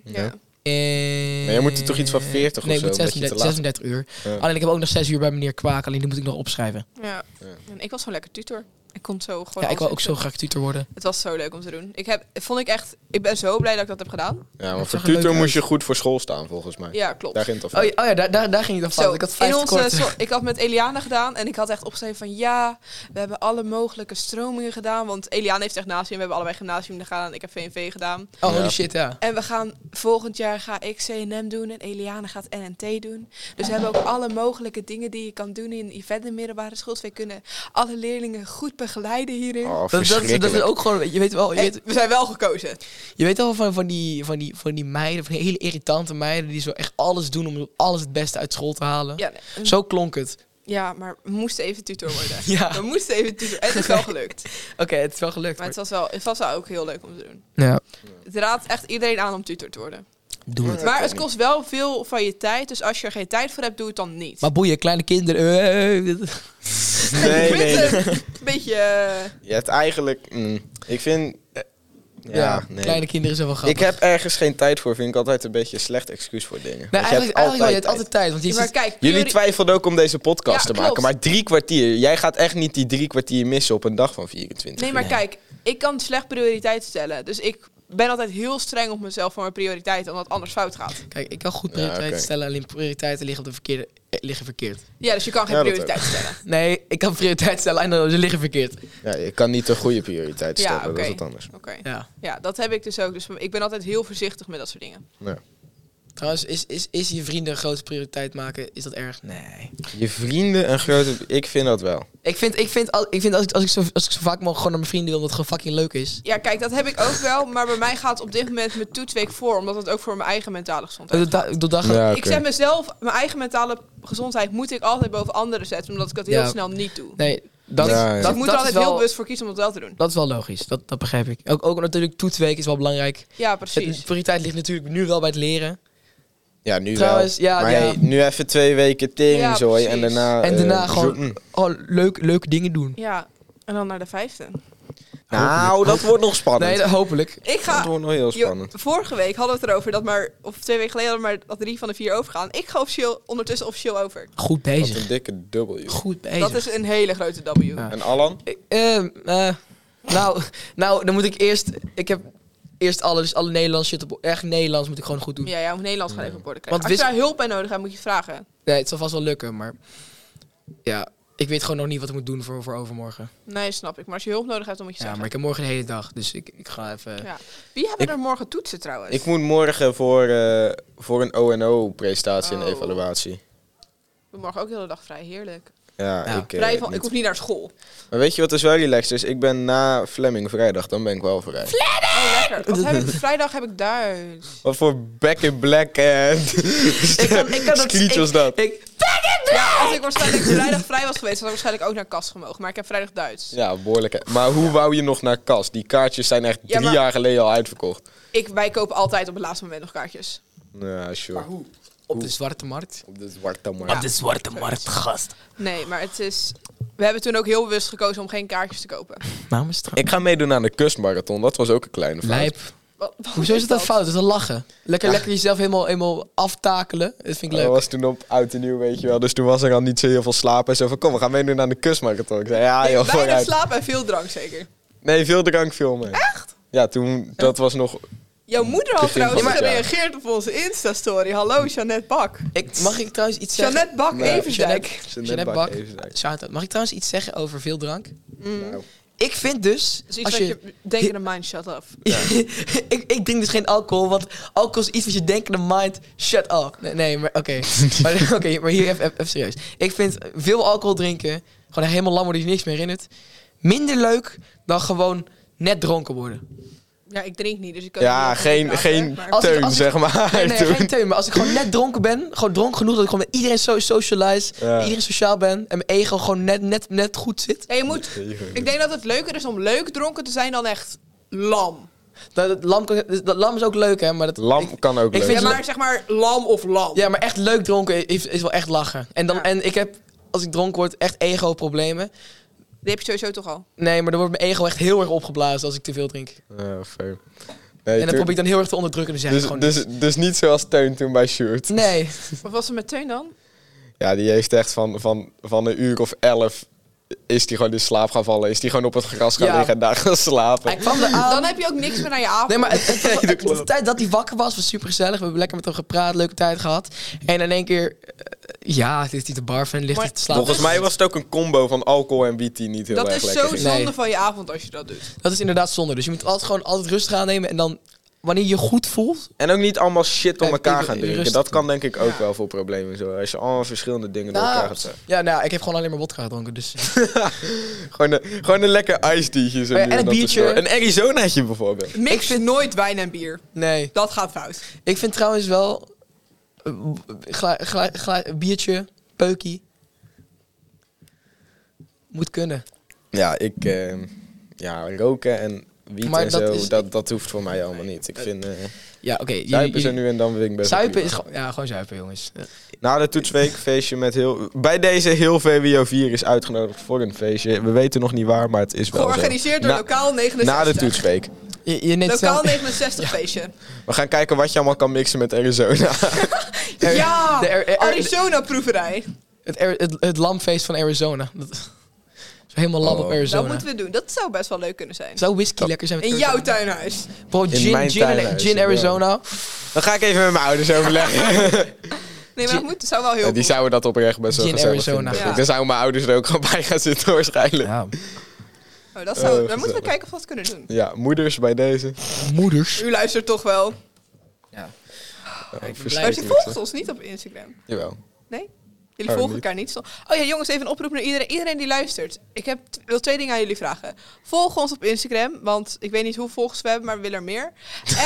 A: Ja.
C: Ja.
B: En...
C: Maar jij moet er toch iets van 40 of
B: nee,
C: zo,
B: ik moet
C: omdat je
B: 36,
C: te laat-
B: 36 uur.
C: Ja.
B: Alleen ik heb ook nog 6 uur bij meneer Kwaak. Alleen die moet ik nog opschrijven.
A: Ja.
C: Ja.
A: En ik was gewoon lekker tutor. Ik kon zo gewoon...
B: ja, ik wil
A: alles
B: ook zo
A: doen.
B: graag tutor worden.
A: Het was zo leuk om te doen. Ik heb, vond ik echt... Ik ben zo blij dat ik dat heb gedaan.
C: Ja,
B: Het
C: maar voor
B: zag er leuk
C: tutor moest
B: uit.
C: je goed voor school staan, volgens mij.
A: Ja, klopt.
C: Daar ging
B: Oh
C: het al
B: ja, oh, ja daar, daar, daar ging je dan van.
A: Zo,
B: Ik had
A: in
B: 5
A: onze, zo- ik had met Eliana gedaan en ik had echt opgeschreven van ja, we hebben alle mogelijke stromingen gedaan. Want Eliana heeft gymnasium, we hebben allebei gymnasium gedaan. Ik heb VNV gedaan.
B: Oh,
C: Ja.
B: holy shit, ja.
A: En we gaan volgend jaar ga ik CNM doen en Eliana gaat NNT doen. Dus we hebben ook alle mogelijke dingen die je kan doen in event en middelbare school. Dus wij kunnen alle leerlingen goed begeleiden hierin.
C: Oh,
B: Dat, dat, dat is
C: verschrikkelijk.
B: ook gewoon, je weet wel, je
A: En
B: weet,
A: we zijn wel gekozen.
B: je weet wel van, van, die, van, die, van die meiden, van die hele irritante meiden die zo echt alles doen om alles het beste uit school te halen.
A: Ja, nee.
B: Zo klonk het.
A: ja, maar we moesten even tutor worden.
B: Ja.
A: We moesten even tutor. En het is wel gelukt.
B: Oké, het is wel gelukt.
A: Maar het was wel, het was wel ook heel leuk om te doen.
B: Ja,
A: Het raadt echt iedereen aan om tutor te worden.
B: doe het.
A: Maar het kost wel veel van je tijd. Dus als je er geen tijd voor hebt, doe het dan niet.
B: Maar boeien, kleine kinderen. eh,
C: Nee,
A: Ik
C: nee.
A: vind
C: nee.
A: het Een beetje... eh,
C: Je hebt eigenlijk... mm, ik vind... eh, Ja, nee.
B: Kleine kinderen zijn wel grappig.
C: Ik heb ergens geen tijd voor, vind ik altijd een beetje een slecht excuus voor dingen.
B: nee,
C: Want je hebt
B: Nou, eigenlijk, eigenlijk wel, je hebt
C: tijd.
B: altijd tijd. Want je
A: maar
B: zit-
A: kijk,
C: Jullie
A: theorie-
C: twijfelden ook om deze podcast
A: Ja,
C: te maken,
A: klopt.
C: maar drie kwartier. Jij gaat echt niet die drie kwartier missen op een dag van 24
A: Nee, maar kijk, ik kan slecht prioriteit stellen. Dus ik ben altijd heel streng op mezelf voor mijn prioriteiten, omdat het anders fout gaat.
B: kijk, ik kan goed
C: Ja,
B: prioriteiten
C: oké.
B: stellen, alleen prioriteiten liggen, op de verkeerde, eh, liggen verkeerd.
A: Ja, dus je kan geen
C: Ja, dat
A: prioriteit stellen.
B: Nee, ik kan prioriteiten stellen, alleen ze liggen verkeerd.
C: Ja, je kan niet een goede prioriteit
A: Ja,
C: stellen, dat
A: oké.
C: is wat anders.
A: Oké.
B: Ja.
A: Ja, dat heb ik dus ook. Dus ik ben altijd heel voorzichtig met dat soort dingen.
C: Ja.
B: Trouwens, is, is, is je vrienden een grote prioriteit maken, is dat erg? Nee.
C: Je vrienden en grote... Ik vind dat wel.
B: Ik vind, ik vind, al, ik vind als, ik, als, ik zo, als ik zo vaak mogelijk gewoon naar mijn vrienden wil, dat het gewoon fucking leuk is.
A: Ja, kijk, dat heb ik ook wel. Maar bij mij gaat op dit moment mijn toetsweek voor, omdat het ook voor mijn eigen mentale gezondheid.
B: Eh, Dat da- dat dacht ik.
C: Ja,
A: Ik
C: oké.
A: zeg mezelf, mijn eigen mentale gezondheid moet ik altijd boven anderen zetten, omdat ik dat heel
B: Ja.
A: snel niet doe.
B: Nee, dat,
C: Ja, ja.
B: dat,
A: dus ik moet er
B: dat is
A: altijd
B: wel,
A: heel bewust voor kiezen om dat wel te doen.
B: Dat is wel logisch, dat, dat begrijp ik. Ook, ook natuurlijk, toetsweek is wel belangrijk.
A: Ja,
B: Het,
A: precies.
B: de prioriteit ligt natuurlijk nu wel bij het leren.
C: Ja, nu
B: Trouwens,
C: wel.
B: ja,
C: maar
B: ja.
C: hey, nu even twee weken ting,
A: Ja,
C: zooi, en
A: precies.
C: daarna...
B: En
C: eh,
B: daarna gewoon-
C: zoeken.
B: Oh, leuk, leuke dingen doen.
A: Ja, en dan naar de vijfde.
C: Nou, dat wordt nog spannend.
B: Nee, dat- hopelijk.
A: Ik
C: Dat
A: ga
C: wordt nog heel
A: Jo,
C: spannend.
A: vorige week hadden we het erover dat maar, of twee weken geleden, hadden we maar dat drie van de vier overgaan. Ik ga officieel, ondertussen officieel over.
B: Goed
C: Wat
B: bezig.
C: een dikke dubbel, joh.
B: Goed
A: Dat
B: bezig.
A: is een hele grote W.
B: Ja.
C: En Alan?
B: Ik- ehm, eh, nou, nou, dan moet ik eerst... Ik heb eerst dus alles, alle Nederlands shit op... Echt Nederlands moet ik gewoon goed doen.
A: Ja, ja, om Nederlands gaan even op orde krijgen.
B: Want
A: Als je daar hulp bij nodig hebt, moet je vragen.
B: Nee, het zal vast wel lukken, maar... Ja, ik weet gewoon nog niet wat ik moet doen voor, voor overmorgen.
A: Nee, snap ik. Maar als je hulp nodig hebt, dan moet je
B: Ja, maar
A: zeggen.
B: ik heb morgen de hele dag, dus ik, ik ga even...
A: Ja. Wie hebben
C: Ik-
A: er morgen toetsen trouwens?
C: Ik moet morgen voor, eh, voor een ONO-presentatie en
A: Oh.
C: evaluatie.
A: We morgen ook de hele dag vrij. Heerlijk.
C: Ja,
B: Ja.
C: ik, eh,
A: vrij van,
C: niet.
A: ik hoef niet naar school.
C: Maar weet je wat is wel relaxed is? Ik ben na Fleming vrijdag, dan ben ik wel vrij.
A: Oh, lekker. Wat heb ik, vrijdag heb ik Duits.
C: Wat voor back in black en
B: Ik kan, ik kan
C: screech was dat?
B: Ik,
A: Ja, als ik waarschijnlijk vrijdag vrij was geweest, had ik waarschijnlijk ook naar Kas gemogen. Maar ik heb vrijdag Duits.
C: Ja, behoorlijk. hè. Maar hoe wou je nog naar kas? Die kaartjes zijn echt
A: Ja,
C: drie
A: maar-
C: jaar geleden al uitverkocht.
A: Ik, wij kopen altijd op het laatste moment nog kaartjes.
C: Ja, sure.
B: hoe? Op de zwarte markt.
C: Op de zwarte
A: Ja.
C: markt.
A: Op de
B: zwarte
A: markt,
B: gast.
A: Nee, maar het is... We hebben toen ook heel bewust gekozen om geen kaartjes te kopen.
B: Waarom is het
C: Ik ga meedoen aan de kustmarathon. Dat was ook een kleine fout.
B: Lijp.
A: Wat- wat
B: Hoezo is het dan fout? Dat is een lachen. Lekker,
C: Ja. Oh.
B: lekker jezelf helemaal, helemaal aftakelen. Dat vind ik
C: Dat
B: leuk.
C: was toen op oud en nieuw, weet je wel. Dus toen was er al niet zo heel veel slaap. En zo van, kom, we gaan meedoen aan de kustmarathon. Ik zei, ja joh,
A: Weinig
C: vooruit.
A: slaap en veel drank zeker.
C: Nee, veel drank, veel mee. Echt? Ja, toen, dat was nog...
B: Mm,
A: Jouw moeder had
C: Begin
A: trouwens
C: van het jaar.
A: gereageerd op onze Insta-story. Hallo, Jeannette Bak.
B: Ik, mag ik trouwens iets zeggen?
A: Jeannette Bak
C: Nee,
A: Everdijk.
B: Jeannette-
C: Jeannette
B: Jeannette
C: Bak,
B: Bak.
C: Everdijk.
B: Shout-out. Mag ik trouwens iets zeggen over veel drank?
C: Nou,
B: Ik vind dus...
A: Mm. Dus iets
B: Als
A: wat
B: je,
A: je denkt in de mind, shut up.
B: ik, ik drink dus geen alcohol, want alcohol is iets wat je denkt in de mind. Shut up. Nee, nee maar oké. maar, oké, maar hier even, even- even serieus. Ik vind veel alcohol drinken, gewoon helemaal lam worden je niks meer herinnert, minder leuk dan gewoon net dronken worden.
A: Ja, ik drink niet, dus ik kan
C: ja,
A: niet
C: geen,
A: praten,
C: geen
A: maar-
B: Als ik-
C: teun,
B: als ik-
C: zeg maar.
B: Nee, nee,
C: toen.
B: geen teun. Maar als ik gewoon net dronken ben, gewoon dronken genoeg dat ik gewoon met iedereen so socialize,
C: Ja.
B: met iedereen sociaal ben en mijn ego gewoon net, net, net goed zit.
A: Ja, je moet... Ik denk dat het leuker is om leuk dronken te zijn dan echt lam.
B: Dat, dat, lam, kan- dat lam is ook leuk, hè? Maar dat,
C: Lam kan ook
B: ik
C: leuk.
B: vind-
A: Ja, maar zeg maar lam of lam.
B: Ja, maar echt leuk dronken is, is wel echt lachen. En, dan,
A: Ja.
B: en ik heb, als ik dronken word, echt ego-problemen.
A: Die heb je sowieso toch al.
B: Nee, maar dan wordt mijn ego echt heel erg opgeblazen als ik te veel drink.
C: Ja, fair. Nee,
B: en dan
C: toen-
B: probeer ik dan heel erg te onderdrukken en dan zeg ik
C: dus,
B: gewoon
C: dus, dus niet zoals Teun toen bij Sjoerd.
B: niks. Nee.
A: Wat was er met Teun dan?
C: Ja, die heeft echt van, van, van een uur of elf... is die gewoon in slaap gaan vallen. Is die gewoon op het gras gaan
B: Ja.
C: liggen en daar gaan slapen.
B: Hij kwam eraan.
A: Dan heb je ook niks meer naar je avond.
B: Nee, maar het, het-
C: Nee, dat
B: het-
C: klopt.
B: de tijd dat hij wakker was, was super gezellig. We hebben lekker met hem gepraat, leuke tijd gehad. En in één keer, eh, ja, ligt hij te barfen en ligt
A: Maar
B: hij te slapen.
C: Volgens mij was het ook een combo van alcohol en wiet die niet heel
A: dat
C: erg
A: is
C: lekker
A: zo
C: ging.
A: zonde
B: Nee.
A: van je avond als je dat doet.
B: Dat is inderdaad zonde. Dus je moet altijd gewoon altijd rustig aannemen. En dan, wanneer je je goed voelt...
C: En ook niet allemaal shit om
B: Ja,
C: elkaar
B: ik-
C: gaan
B: ik-
C: drinken.
B: rust-
C: Dat kan denk ik ook
A: Ja.
C: wel voor problemen zo. Als je allemaal verschillende dingen door
B: Nou,
C: elkaar gaat zeggen.
B: ja, nou, ja, ik heb gewoon alleen maar wodka gedronken. Dus
C: Gewoon een, gewoon een lekker ijsdietje. Zo
B: Oh ja,
C: nu
B: en
C: dan
B: een
C: te
B: biertje.
C: storen. Een Arizonaatje bijvoorbeeld.
A: Mix nooit wijn en bier.
B: nee.
A: Dat gaat fout.
B: Ik vind trouwens wel... eh, gla- gla- gla- biertje, peukie... Moet kunnen.
C: Ja, ik... eh, ja, roken en wiet
B: Maar
C: en
B: dat
C: zo,
B: is-
C: dat, dat hoeft voor mij allemaal niet. Ik vind... eh,
B: Ja, oké. jullie-
C: zuipen
B: jullie-
C: zo nu en dan vind ik best wel
B: Zuipen
C: prima.
B: is gewoon... Ja, gewoon zuipen, jongens. Ja.
C: Na de toetsweek, feestje met heel... Bij deze heel VWO4 is uitgenodigd voor een feestje. We weten nog niet waar, maar het is wel zo.
A: Georganiseerd door
C: Na-
A: lokaal 69.
C: Na de toetsweek.
B: Je, je neemt
A: Lokaal
B: zelf-
A: 69 feestje.
C: We gaan kijken wat je allemaal kan mixen met Arizona.
B: Er-
A: ja!
B: de er- er-
A: Arizona proeverij.
B: het, er- het, het lamfeest van Arizona. Dat is helemaal lam op
C: Oh.
A: Dat
B: Arizona.
A: moeten we doen. Dat zou best wel leuk kunnen zijn.
B: Zou whisky lekker zijn met
A: In
B: Arizona?
A: jouw tuinhuis.
B: Bro,
C: In
B: gin,
C: mijn
B: gin, en-
C: tuinhuis,
B: gin
C: ja.
B: Arizona.
C: Dan ga ik even met mijn ouders overleggen.
A: Nee, maar dat moet, zou wel heel
C: Ja, die
A: cool
C: zouden dat oprecht best wel
B: Gin
C: gezellig
B: Arizona.
C: vinden. denk ik.
A: Ja.
C: Dan zouden mijn ouders er ook gewoon bij gaan zitten waarschijnlijk. Ja,
B: Ja.
A: Oh, dat zou,
C: Eh,
A: dan moeten we
C: gezellig.
A: kijken of we dat kunnen doen.
C: moeders bij deze. Oh,
B: Moeders.
A: U luistert toch wel.
C: Ja,
A: Maar
C: verschrikkelijk,
A: ze
C: zeg.
A: volgt ons niet op Instagram.
C: Jawel.
A: Nee? Jullie
C: Oh,
A: volgen
C: niet.
A: elkaar niet. zo. Oh ja, jongens, even een oproep naar iedereen, iedereen die luistert. Ik heb, t- wil twee dingen aan jullie vragen. Volg ons op Instagram, want ik weet niet hoeveel volgers we hebben, maar we willen er meer.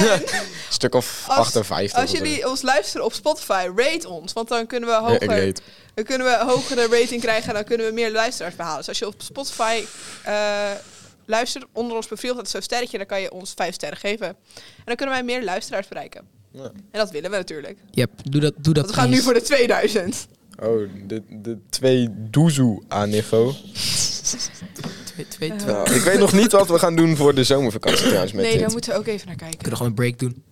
A: En
C: Stuk of
A: Als-
C: 58.
A: als jullie ons luisteren op Spotify, rate ons. Want dan kunnen we hoger,
C: weet.
A: dan kunnen we hogere rating krijgen en dan kunnen we meer luisteraars behalen. Dus als je op Spotify eh, luistert, onder ons profiel staat zo'n sterretje, dan kan je ons vijf sterren geven. En dan kunnen wij meer luisteraars bereiken.
C: Ja.
A: En dat willen we natuurlijk.
B: Yep, doe dat, doe dat
A: Want we gaan nu
B: please.
A: voor de 2000.
C: Oh, de, de twee doezoe aan niveau.
B: Twee, twee, twee.
C: Nou, ik weet nog niet wat we gaan doen voor de zomervakantie trouwens met
A: Nee,
C: dit.
A: daar moeten we ook even naar kijken.
B: Kunnen we gewoon een break doen.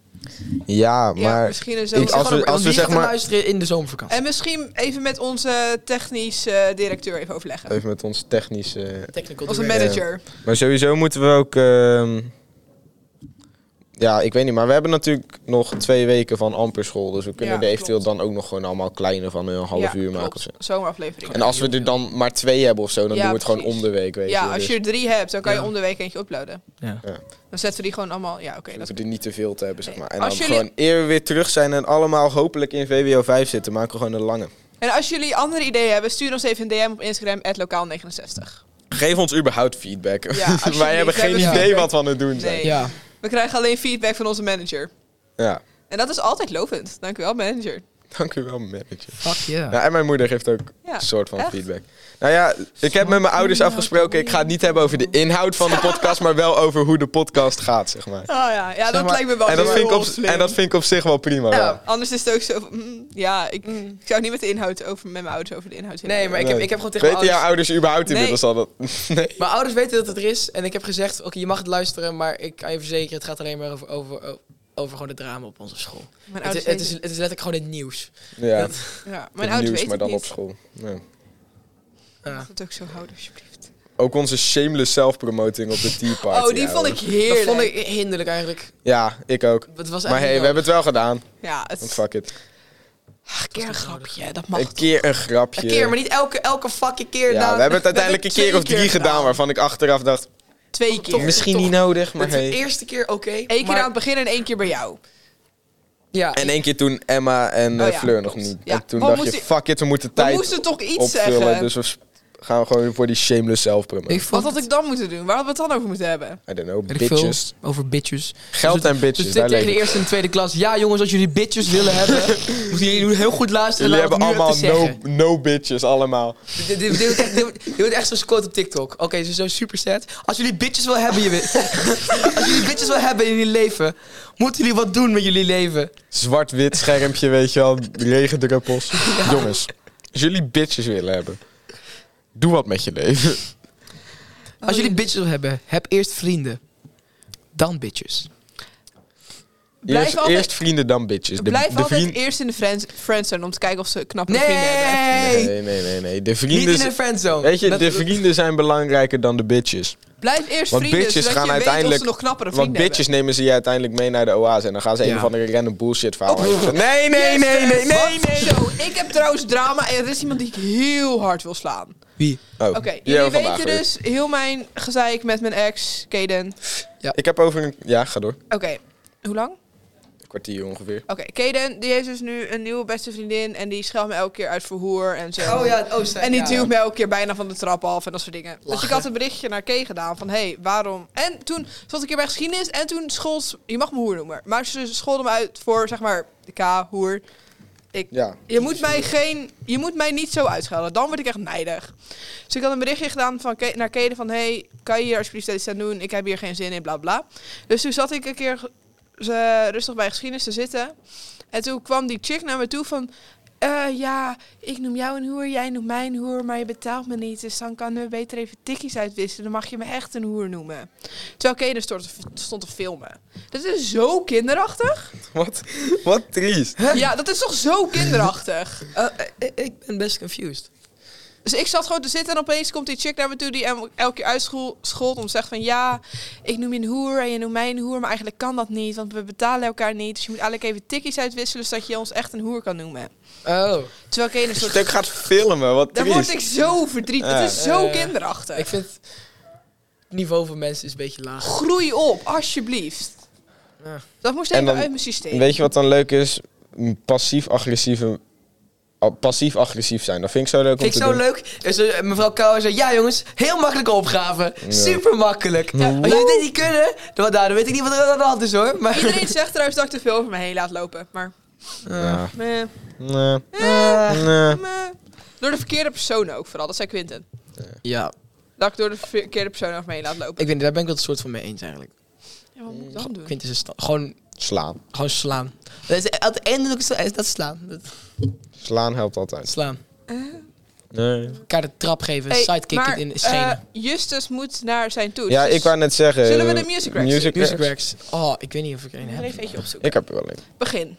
C: Ja,
A: ja,
C: maar
A: misschien een
C: ik-
A: zomer.
C: als
B: Gewoon
C: we,
B: een- want
C: als we zeg
B: jullie gaan
C: maar...
B: luisteren in de zomervakantie.
A: En misschien even met onze technisch eh, directeur even overleggen.
C: Even eh, met ons technische...
B: Technical
A: Onze
B: director.
A: manager.
C: Maar sowieso moeten we ook... ehm, ja, ik weet niet. Maar we hebben natuurlijk nog twee weken van amper school. Dus we kunnen
A: Ja,
C: er eventueel
A: klopt.
C: dan ook nog gewoon allemaal kleine van eh, een half
A: Ja,
C: uur maken.
A: klopt.
C: of zo.
A: Zomeraflevering.
C: En als we er dan maar twee hebben of zo, dan
A: Ja,
C: doen we het gewoon
A: precies.
C: om de week, weet je.
A: Ja, als je
C: Dus
A: er drie hebt, dan kan je
B: Ja.
A: om de week eentje uploaden.
B: Ja.
A: Dan zetten we die gewoon allemaal... Ja, oké.
C: we
A: dat...
C: hoeven er niet te veel te hebben, zeg
A: Nee.
C: maar. En dan
A: Als jullie-
C: gewoon eer we weer terug zijn en allemaal hopelijk in VWO 5 zitten, maken we gewoon een lange.
A: En als jullie andere ideeën hebben, stuur ons even een DM op Instagram, lokaal69.
C: Geef ons überhaupt feedback.
A: alsjeblieft.
C: Wij hebben
A: We
C: geen
A: hebben
C: idee
A: feedback.
C: wat we aan het doen zijn.
A: Nee.
B: Ja.
A: We krijgen alleen feedback van onze manager.
C: Ja,
A: En dat is altijd lovend. Dankjewel, manager.
C: dank u wel, manager.
B: Fuck yeah.
C: Ja, en mijn moeder geeft ook
A: Ja,
C: een soort van
A: echt?
C: feedback. Nou ja, ik heb met mijn ouders afgesproken. Ik ga het niet hebben over de inhoud van de podcast, maar wel over hoe de podcast gaat, zeg maar.
A: Oh ja, ja dat
B: maar-
A: lijkt me wel
C: En dat
A: heel
C: vind ik op,
A: slim.
C: en dat vind ik op zich wel prima. wel.
A: Anders is het ook zo van, mm, ja, ik, ik zou niet met de inhoud over, met mijn ouders over de inhoud
B: Nee, maar ik heb, ik heb gewoon tegen
C: Weten
B: mijn
C: jouw
B: ouders...
C: ouders überhaupt
A: Nee.
C: inmiddels al dat? Nee.
B: Mijn ouders weten dat het er is. En ik heb gezegd, oké, je mag het luisteren, maar ik kan je verzekeren, het gaat alleen maar over, over, over gewoon de drama op onze school.
A: Mijn
B: Het,
A: ouders
B: het, is,
A: weten-
B: het is letterlijk gewoon het nieuws.
C: Ja,
B: Dat-
C: het
A: ja, mijn ouders
C: nieuws,
A: weten
C: maar dan
A: het
C: op
A: niet.
C: school. Ja.
B: Ja.
A: Mag het ook zo houden, alsjeblieft.
C: Ook onze shameless self-promoting op de Tea Party.
A: Oh, die vond
C: ouwe.
A: ik heerlijk.
B: Dat vond ik hinderlijk eigenlijk.
C: Ja, ik ook.
B: Het was
C: Maar hey,
B: eigenlijk
C: we hebben het wel gedaan.
A: Ja, het
C: Want
A: is
C: fuck it.
A: een keer een grapje, dat mag
C: Een keer een grapje.
B: Een keer, maar niet elke, elke fucking keer.
C: ja,
B: Daan.
C: we hebben het uiteindelijk een
B: twee
C: keer of drie gedaan, waarvan ik achteraf dacht,
A: Twee keer.
B: Toch-
C: misschien
B: toch.
C: niet nodig, maar
B: Het
C: hey.
B: eerste keer oké.
A: Eén keer
B: maar-
A: aan het begin en één keer bij jou.
B: Ja,
C: En één keer toen Emma en eh,
A: Oh ja,
C: Fleur nog
A: klopt.
C: niet.
A: Ja,
C: En toen
A: we
C: dacht
A: moesten-
C: je, fuck it, we moeten
A: We
C: tijd
A: moesten toch iets
C: opvullen.
A: zeggen.
C: Dus we s- gaan we gewoon voor die shameless self-promotion.
B: ik
A: Wat
B: vond
A: had ik dan moeten doen? Waar hadden we het dan over moeten hebben?
C: I don't know,
B: Weet ik veel,
C: bitches.
B: over bitches.
C: Geld
B: Dus-
C: en bitches,
B: Dus
C: daar
B: dit tegen
C: leef
B: de
C: ik.
B: eerste en de tweede klas. Ja, jongens, als jullie bitches willen hebben, moeten jullie heel goed luisteren.
C: Jullie
B: naar wat
C: hebben
B: ik nu
C: allemaal
B: heb te
C: no,
B: zeggen.
C: no bitches, allemaal.
B: Dit- dit- Dit wordt echt- dit wordt- dit wordt echt zo'n quote op TikTok. Oké, zo- zo'n super set. Als jullie bitches wil hebben, je wi- als jullie bitches wil hebben in jullie leven, moeten jullie wat doen met jullie leven.
C: Zwart-wit schermpje, weet je wel. Regendruppels. Jongens, als jullie bitches willen hebben, doe wat met je leven.
B: Als
A: Oh,
B: jullie bitches wil hebben, heb eerst vrienden, dan bitches.
A: Blijf
C: Eerst,
A: altijd-
C: eerst vrienden, dan bitches. De,
A: Blijf
C: de
A: altijd
C: vriend-
A: eerst in de friends, friendzone om te kijken of ze knappe vrienden hebben.
B: Nee,
C: Nee, nee, nee, nee. De
B: niet
C: vrienden,
B: in een friendzone.
C: weet je,
B: Dat-
C: de vrienden zijn belangrijker dan de bitches.
A: Blijf eerst
C: Want
A: vrienden,
C: bitches
A: zodat
C: gaan
A: je weet
C: uiteindelijk-
A: of ze nog knappere
C: Want
A: vrienden
C: bitches nemen ze je uiteindelijk mee naar de oase. En dan gaan ze een
B: Ja.
C: of andere random bullshit verhaal.
B: Oh.
C: uitvertellen. Nee, nee,
A: hebben.
C: nee, nee, nee,
A: Wat?
C: nee.
A: Zo, ik heb trouwens drama en er is iemand die ik heel hard wil slaan.
B: Wie?
C: Oh,
A: Oké,
C: die
A: jullie
C: hebben we vandaag
A: weten
C: weer.
A: dus heel mijn gezeik met mijn ex, Kaden.
C: Ik heb over een... Ja, ga door.
A: Oké, hoe lang?
C: Een kwartier ongeveer.
A: Oké, Kaden die heeft dus nu een nieuwe beste vriendin en die scheldt me elke keer uit voor hoer en zo.
B: Oh ja, oh, zij-
A: En die
B: ja.
A: duwt me elke keer bijna van de trap af en dat soort dingen. Dus ik
B: Lachen.
A: had een berichtje naar Kay gedaan van, hé, hey, waarom... En toen zat ik hier bij geschiedenis en toen school... Je mag me hoer noemen, maar ze scholde me uit voor, zeg maar, de K, hoer. Ik,
C: Ja.
A: je, moet mij geen, je moet mij niet zo uitschelden, dan word ik echt neidig. Dus ik had een berichtje gedaan van, Ke- naar Keden van... hey, kan je hier alsjeblieft iets aan doen? Ik heb hier geen zin in, bla bla. Dus toen zat ik een keer ze rustig bij geschiedenis te zitten. En toen kwam die chick naar me toe van... eh, ja, ik noem jou een hoer, jij noemt mij een hoer, maar je betaalt me niet. Dus dan kunnen we beter even tikkies uitwisselen. Dan mag je me echt een hoer noemen. Terwijl Kaden stond, te- stond te filmen. Dat is zo kinderachtig.
C: Wat, wat triest.
A: Ja, dat is toch zo kinderachtig.
B: Eh, eh, ik ben best confused.
A: Dus ik zat gewoon te zitten en opeens komt die chick naar me toe die hem elke keer uitschold om te zeggen van ja, ik noem je een hoer en je noemt mij een hoer, maar eigenlijk kan dat niet, want we betalen elkaar niet. Dus je moet eigenlijk even tikkies uitwisselen zodat je ons echt een hoer kan noemen.
B: Oh.
A: Terwijl ik een
C: Als
A: soort...
C: je het ook gaat filmen, wat
A: Daar
C: triest.
A: word ik zo verdrietig.
C: Ja.
A: Het is zo
B: Eh,
A: kinderachtig.
B: Ik vind het niveau van mensen is een beetje laag. Ah.
A: Groei op, alsjeblieft.
B: Ja.
A: Dat moest
C: En
A: even
C: dan-
A: uit mijn systeem.
C: Weet je wat dan leuk is? Passief-agressieve... Passief-agressief oh, zijn. Dat vind ik zo leuk om
B: Vind
C: te
B: ik zo
C: doen.
B: leuk. Dus, eh, mevrouw Kouwer zei, ja jongens, heel makkelijke opgave. Super makkelijk. Als jullie dit niet kunnen, dan, nou, dan weet ik niet wat er aan de hand is hoor. Maar,
A: Iedereen zegt trouwens dat ik te veel over me heen laat lopen, maar
C: Ja.
A: meh,
C: Nee.
B: Eh,
C: Nee.
A: meh. Door de verkeerde personen ook vooral, dat zei Quinten.
B: ja,
A: Dat ik door de verkeerde personen over me heen laat lopen.
B: ik weet niet, daar ben ik wel een soort van mee eens eigenlijk.
A: Ja, wat moet ik dan doen?
B: Ik vind het is een sta- gewoon,
C: Slaan.
B: gewoon slaan. Dat is, aan het einde doe ik zo- is dat slaan. Dat,
C: Slaan helpt altijd.
B: slaan.
C: Nee.
B: Elkaar de trap geven,
A: Hey,
B: sidekicken
A: maar,
B: in de schenen.
A: eh, Justus moet naar zijn toets.
C: Ja,
A: dus
C: ik wou net zeggen...
A: Zullen we de music racks doen?
C: music
B: Music
C: racks?
B: racks. Oh, ik weet niet of ik er een
A: Ik moet er
B: heb.
A: even eentje opzoeken.
C: Ik heb er wel een.
A: Begin.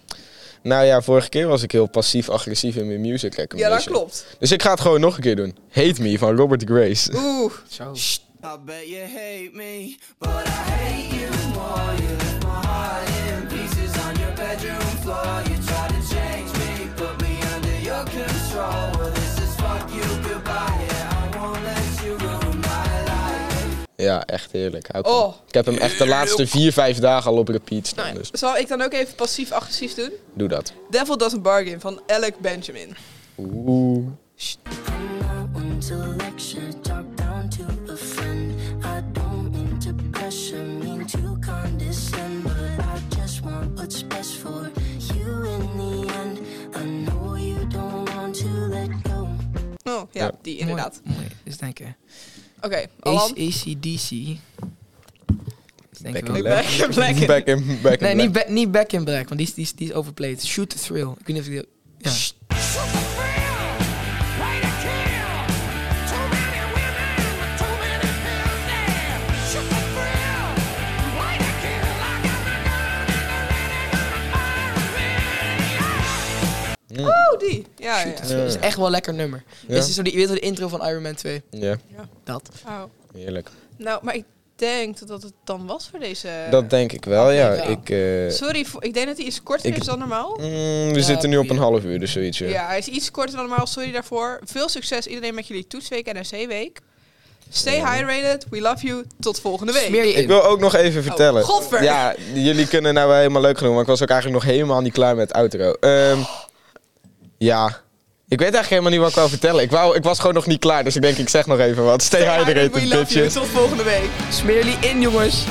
C: Nou ja, vorige keer was ik heel passief-agressief in mijn music
A: Ja,
C: recommendation.
A: dat klopt.
C: Dus ik ga het gewoon nog een keer doen. Hate Me van Robert Grace.
A: Oeh.
B: Zo.
D: I bet you hate me, but I hate you more. You left my heart in pieces on your bedroom floor. You try to change me, put me under your control. Well, this is fuck you, goodbye. Yeah, I won't let you ruin my life.
C: Ja, echt heerlijk. Hou ik
A: Oh.
C: van. Ik heb hem echt de laatste vier, vijf dagen al op repeat staan.
A: Nou ja,
C: Dus
A: Zal ik dan ook even passief-agressief doen?
C: doe dat.
A: Devil Doesn't Bargain van Alec Benjamin.
C: Oeh.
E: I'm not one to lecture, talk down to a friend. I don't mean to pressure, mean to condescend, but I just want what's best for you in the end. I know you don't want to let go.
A: Oh, ja,
C: Ja.
A: die inderdaad.
B: Mooi, mooi. Dus denken.
A: Oké, Alan.
B: ACDC. Dus denk
C: Back
B: wel.
C: in
A: Black.
C: black.
A: Black in-
C: Back in black.
B: Nee,
C: in
B: niet,
C: black.
B: ba- niet Back in Black, want die is, die is, die is overplayed. Shoot the Thrill. Ik weet niet of ik die... Ja.
A: Oh, die. Ja, ja.
B: Shoot the Thrill. Dat is echt wel een lekker nummer.
C: Mm, Ja.
B: Dus het is zo die, je weet wel, de intro van Iron Man 2.
C: Ja,
B: Dat.
A: Oh.
C: heerlijk.
A: Nou, maar ik denk dat dat het dan was voor deze...
C: Dat denk ik wel, ja.
B: ja.
C: Ik, eh,
A: Sorry, voor- ik denk dat hij iets korter
C: Ik-
A: is dan normaal.
C: mm, we
B: Ja,
C: zitten nu op een
B: ja.
C: half uur, dus zoiets. Ja.
A: Ja, hij is iets korter dan normaal. Sorry daarvoor. Veel succes iedereen met jullie toetsweek en NRC-week. Stay
C: Ja.
A: hydrated. We love you. Tot volgende week.
B: Smeer je in.
C: Ik wil ook nog even vertellen.
A: Oh, godver.
C: Ja, jullie kunnen nou wel helemaal leuk genoeg, maar ik was ook eigenlijk nog helemaal niet klaar met outro. Ehm, ja. Ik weet eigenlijk helemaal niet wat ik wou vertellen. Ik, wou, ik was gewoon nog niet klaar, dus ik denk ik zeg nog even wat. Stay
A: Stay hydrated.
C: hydrated,
A: We love you.
C: bitches.
A: Tot volgende week.
B: Smeer je in, jongens.